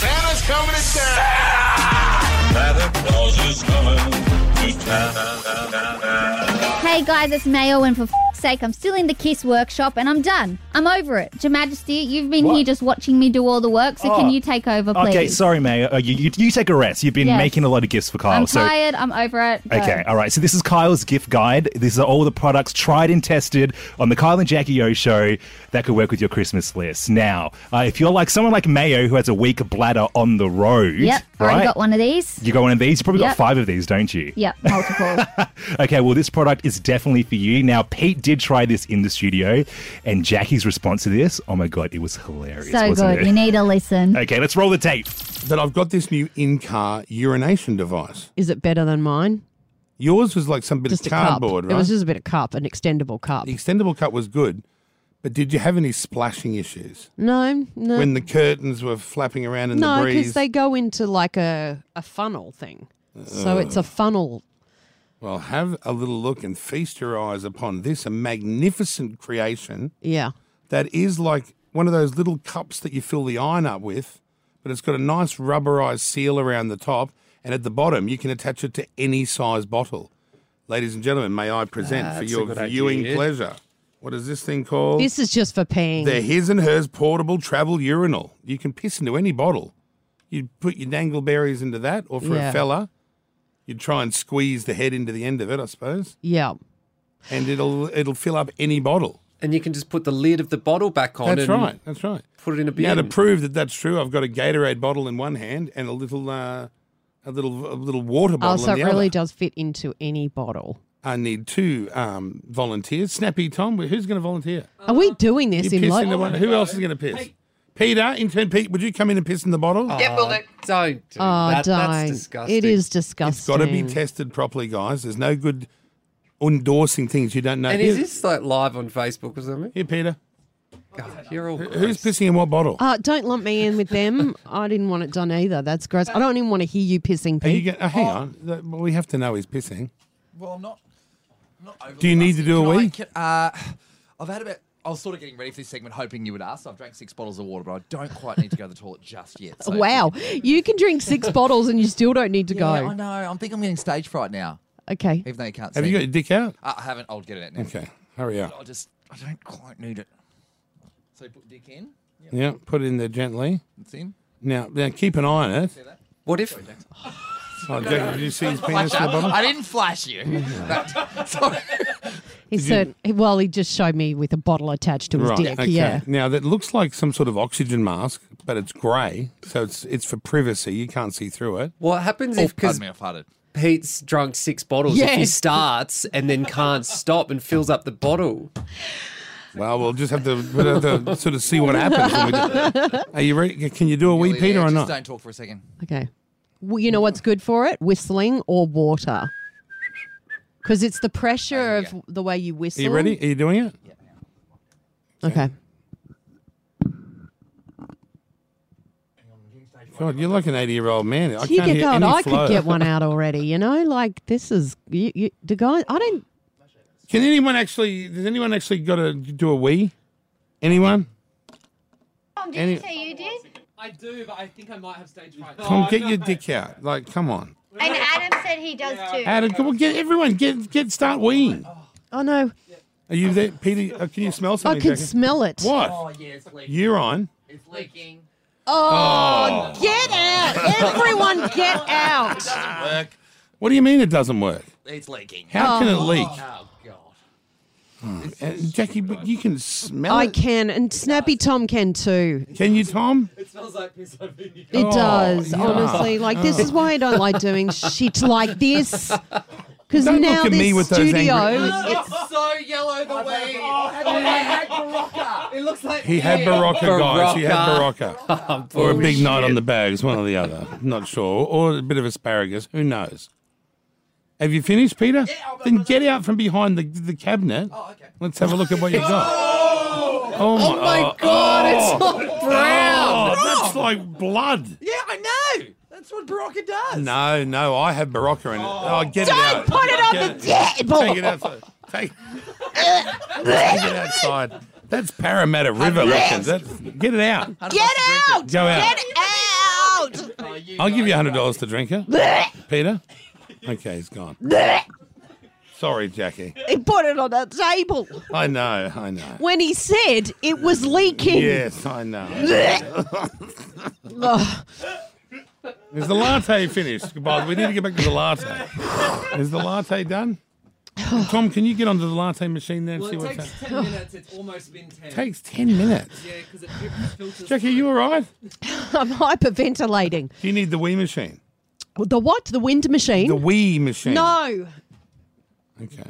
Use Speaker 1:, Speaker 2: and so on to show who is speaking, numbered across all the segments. Speaker 1: Coming to town. Santa Claus is coming to town.
Speaker 2: Hey guys, it's Mayo, and for f- sake, I'm still in the Kiss workshop, and I'm done. I'm over it. Your Majesty, you've been
Speaker 3: What?
Speaker 2: here just watching me do all the work, so
Speaker 3: Oh.
Speaker 2: can you take over, please?
Speaker 3: Okay, sorry, May. Uh, you, you, you take a rest. You've been
Speaker 2: Yes.
Speaker 3: making a lot of gifts for Kyle.
Speaker 2: I'm
Speaker 3: Oh, so
Speaker 2: tired. I'm over it. Go.
Speaker 3: Okay, all right. So this is Kyle's gift guide. These are all the products tried and tested on the Kyle and Jackie O show that could work with your Christmas list. Now, uh, if you're like someone like Mayo who has a weak bladder on the road,
Speaker 2: Yep.
Speaker 3: right?
Speaker 2: Already got one of these.
Speaker 3: You got one of these. You probably
Speaker 2: Yep.
Speaker 3: got five of these, don't you?
Speaker 2: Yep. Multiple.
Speaker 3: Okay, well, this product is definitely for you. Now, Pete did try this in the studio, and Jackie's response to this, oh my god, it was hilarious,
Speaker 2: so
Speaker 3: wasn't
Speaker 2: good.
Speaker 3: it?
Speaker 2: You need to listen.
Speaker 3: okay, let's roll the tape.
Speaker 1: That I've got this new in-car urination device.
Speaker 4: Is it better than mine?
Speaker 1: Yours was like some bit
Speaker 4: Just
Speaker 1: of
Speaker 4: a cup.
Speaker 1: cardboard, right?
Speaker 4: It was just a bit of cup, an extendable cup.
Speaker 1: the extendable cup was good, but did you have any splashing issues
Speaker 4: No, no,
Speaker 1: when the curtains were flapping around in the
Speaker 4: Uh, no,
Speaker 1: breeze?
Speaker 4: because they go into like a, a funnel thing. So it's a funnel.
Speaker 1: Well, have a little look and feast your eyes upon this a magnificent creation
Speaker 4: Yeah.
Speaker 1: that is like one of those little cups that you fill the iron up with, but it's got a nice rubberized seal around the top, and at the bottom you can attach it to any size bottle. Ladies and gentlemen, may I present for
Speaker 5: That's a
Speaker 1: your
Speaker 5: good
Speaker 1: viewing
Speaker 5: idea.
Speaker 1: pleasure? What is this thing called?
Speaker 4: This is just for peeing.
Speaker 1: The his and hers portable travel urinal. You can piss into any bottle. You'd put your dangleberries into that, or for a
Speaker 4: Yeah.
Speaker 1: fella, you'd try and squeeze the head into the end of it, I suppose,
Speaker 4: Yeah.
Speaker 1: and it'll it'll fill up any bottle.
Speaker 5: And you can just put the lid of the bottle back on
Speaker 1: That's
Speaker 5: and
Speaker 1: right. That's right.
Speaker 5: put it in a bin.
Speaker 1: Now to prove that that's true, I've got a Gatorade bottle in one hand and a little uh, a little a little water
Speaker 4: Oh,
Speaker 1: bottle
Speaker 4: so
Speaker 1: in the
Speaker 4: it really
Speaker 1: other.
Speaker 4: does fit into any bottle.
Speaker 1: I need two um, volunteers. Snappy Tom, who's going to volunteer?
Speaker 4: Are we doing this
Speaker 1: you
Speaker 4: in
Speaker 1: piss in
Speaker 4: local?
Speaker 1: the one. Who else is going to piss? Peter, intern Pete, would you come in and piss in the bottle?
Speaker 5: Oh, Don't do
Speaker 4: Oh,
Speaker 5: that.
Speaker 4: dying.
Speaker 5: That's disgusting.
Speaker 4: It is
Speaker 1: It's
Speaker 4: disgusting.
Speaker 1: got to be tested properly, guys. There's no good endorsing things you don't know.
Speaker 5: And is
Speaker 1: Here-
Speaker 5: this like live on Facebook or something?
Speaker 1: Here, Peter.
Speaker 5: God, you're all
Speaker 1: Who's
Speaker 5: gross.
Speaker 1: pissing in what bottle?
Speaker 4: Uh, don't lump me in with them. I didn't want it done either. That's gross. I don't even want to hear you pissing,
Speaker 1: Are you going?
Speaker 4: Pete.
Speaker 1: Oh, hang on. That- well, we have to know he's pissing.
Speaker 6: Well, I'm not. I'm not overly
Speaker 1: Do you need to
Speaker 6: fussy.
Speaker 1: do a
Speaker 6: Can I-
Speaker 1: wee?
Speaker 6: can- uh, I've had about. I was sort of getting ready for this segment, hoping you would ask. I've drank six bottles of water, but I don't quite need to go to the toilet just yet. so-
Speaker 4: wow. You can drink six bottles and you still don't need to
Speaker 6: Yeah,
Speaker 4: go.
Speaker 6: I know. I think I'm getting stage fright now,
Speaker 4: Okay.
Speaker 6: even though you can't
Speaker 1: Have
Speaker 6: see.
Speaker 1: you got
Speaker 6: me.
Speaker 1: your dick out?
Speaker 6: Uh, I haven't. I'll get it out now.
Speaker 1: Okay, hurry up.
Speaker 6: I just. I don't quite need it. So put dick in.
Speaker 1: Yeah, put it in there gently.
Speaker 6: It's in.
Speaker 1: Now, now keep an eye on it.
Speaker 5: What if
Speaker 1: Oh, Jack, did you see his penis in the bottle?
Speaker 6: I didn't flash you. That- sorry.
Speaker 4: He said, well, he just showed me with a bottle attached to his dick.
Speaker 1: Okay.
Speaker 4: Yeah.
Speaker 1: Now that looks like some sort of oxygen mask, but it's grey, so it's it's for privacy. You can't see through it.
Speaker 5: what happens
Speaker 6: Oh,
Speaker 5: if
Speaker 6: pardon
Speaker 5: because
Speaker 6: me, I farted.
Speaker 5: Pete's drunk six bottles, if he
Speaker 4: Yes.
Speaker 5: starts and then can't stop and fills up the bottle?
Speaker 1: Well, we'll just have to, we'll have to sort of see what happens. when we do- Are you ready? Can you do a wee,
Speaker 6: Really,
Speaker 1: Peter,
Speaker 6: yeah,
Speaker 1: or
Speaker 6: just
Speaker 1: not?
Speaker 6: Don't talk for a second.
Speaker 4: Okay. Well, you know what's good for it? Whistling or water. Because it's the pressure of the way you
Speaker 1: Oh, Are
Speaker 4: whistle.
Speaker 1: you ready? Are you doing it?
Speaker 4: Okay.
Speaker 1: God, you're like an 80 year old man. I can't
Speaker 4: You get
Speaker 1: hear
Speaker 4: God,
Speaker 1: any
Speaker 4: I
Speaker 1: flow.
Speaker 4: could get one out already. You know, like this is you, you, the guy. I don't.
Speaker 1: Can anyone actually? Does anyone actually got to do a wee? Anyone?
Speaker 7: Tom, did
Speaker 1: Any-
Speaker 7: you say you did?
Speaker 8: I do, but I think I might have stage fright.
Speaker 1: Come get your dick out. Like, come on.
Speaker 7: And Adam said he does too.
Speaker 1: Adam, come on, get everyone, get get start weeing.
Speaker 4: Oh no,
Speaker 1: Are you there, Peter? uh, Can you smell
Speaker 4: I
Speaker 1: something?
Speaker 4: can
Speaker 1: Jackie?
Speaker 4: smell it.
Speaker 1: What?
Speaker 8: Oh, yeah, it's like
Speaker 1: Urine.
Speaker 8: it's leaking.
Speaker 4: Oh, get out! Everyone, get out!
Speaker 6: Work.
Speaker 1: What do you mean it doesn't work?
Speaker 6: It's leaking.
Speaker 1: How can it leak?
Speaker 8: Oh god.
Speaker 1: Uh, Jackie, but you can smell
Speaker 4: I
Speaker 1: it.
Speaker 4: can, and Snappy Tom can too.
Speaker 1: Can you, Tom?
Speaker 8: It smells like piss on vinegar.
Speaker 4: It does,
Speaker 1: Oh, yeah.
Speaker 4: honestly. Like this is why I don't like doing shit like this. Because
Speaker 1: Don't
Speaker 4: now
Speaker 1: look at
Speaker 4: this
Speaker 1: me with those
Speaker 4: studio,
Speaker 1: angry-
Speaker 4: it's
Speaker 6: so yellow the way.
Speaker 4: Oh,
Speaker 8: It looks like
Speaker 1: He had Barocca, guys. He had
Speaker 5: Barocca.
Speaker 1: Barocca.
Speaker 5: Oh,
Speaker 1: or a big
Speaker 5: bullshit.
Speaker 1: night on the bags, one or the other. Not sure. Or a bit of asparagus. Who knows? Have you finished, Peter? then get out from behind the, the cabinet. Oh, okay. Let's have a look at what you got. Oh, my,
Speaker 5: My God, it's all brown.
Speaker 1: Oh, that's like blood.
Speaker 6: Yeah, I know. That's what Barocca does.
Speaker 1: No, no, I have Barocca in it. Oh, get it out.
Speaker 4: put it on
Speaker 1: Get
Speaker 4: the table.
Speaker 1: Take it outside. Take, take it outside. That's Parramatta River, looking. That's, get it out.
Speaker 4: get out!
Speaker 1: Go out.
Speaker 4: Get out!
Speaker 8: you.
Speaker 1: I'll give you hundred dollars to drink her. Peter? Okay, he's gone. Sorry, Jackie.
Speaker 4: He put it on the table
Speaker 1: I know, I know.
Speaker 4: when he said it was leaking.
Speaker 1: Yes, I know.
Speaker 4: Ugh.
Speaker 1: Is the latte finished? Bob, we need to get back to the latte. Is the latte done? Tom, can you get onto the latte machine there and
Speaker 8: Well,
Speaker 1: see
Speaker 8: it
Speaker 1: what's
Speaker 8: takes
Speaker 1: happening?
Speaker 8: 10 minutes. It's almost been 10.
Speaker 1: Takes ten minutes.
Speaker 8: yeah, because it filters.
Speaker 1: Jackie, are you all right?
Speaker 4: I'm hyperventilating.
Speaker 1: Do you need the Wii machine?
Speaker 4: The what? The wind machine?
Speaker 1: The Wii machine.
Speaker 4: no,
Speaker 1: Okay.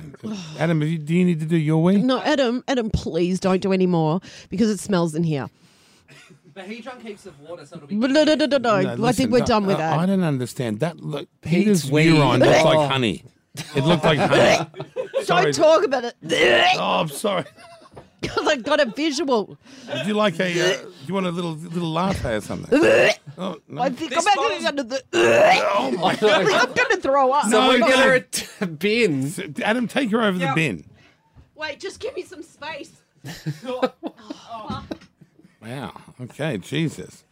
Speaker 1: Adam, have you, do you need to do your Wii?
Speaker 4: no, Adam, Adam, please don't do any more because it smells in here.
Speaker 8: But he drank heaps of water, so it'll be.
Speaker 4: No, no, no, no, no. I
Speaker 1: listen,
Speaker 4: think we're
Speaker 1: no,
Speaker 4: done with
Speaker 1: I-
Speaker 4: that.
Speaker 1: I don't understand. That look, Peter's
Speaker 5: Wii.
Speaker 1: urine looks
Speaker 5: Oh.
Speaker 1: like honey. It looked like honey. Sorry.
Speaker 4: don't talk about it.
Speaker 1: Oh,
Speaker 4: Because
Speaker 1: I'm sorry.
Speaker 4: I got a visual.
Speaker 1: Would you like a? Uh, do you want a little little latte or something? Oh, no.
Speaker 4: I think
Speaker 8: This
Speaker 4: I'm
Speaker 8: bottle's-
Speaker 4: actually under the. I
Speaker 1: oh my
Speaker 5: No.
Speaker 4: think I'm going to throw up.
Speaker 1: No.
Speaker 5: Someone
Speaker 1: no.
Speaker 5: get her a t- bin.
Speaker 1: Adam, take her over
Speaker 8: Yeah.
Speaker 1: the bin.
Speaker 4: Wait, just give me some space.
Speaker 1: Wow. Okay. Jesus.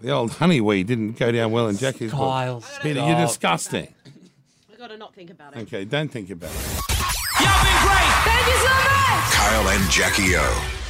Speaker 1: The old honey wee didn't go down well in Jackie's book.
Speaker 5: Kyle,
Speaker 1: Peter,
Speaker 5: stop.
Speaker 1: you're disgusting.
Speaker 4: I got to not think about it.
Speaker 1: Okay, don't think about it.
Speaker 9: Kyle and Jackie O.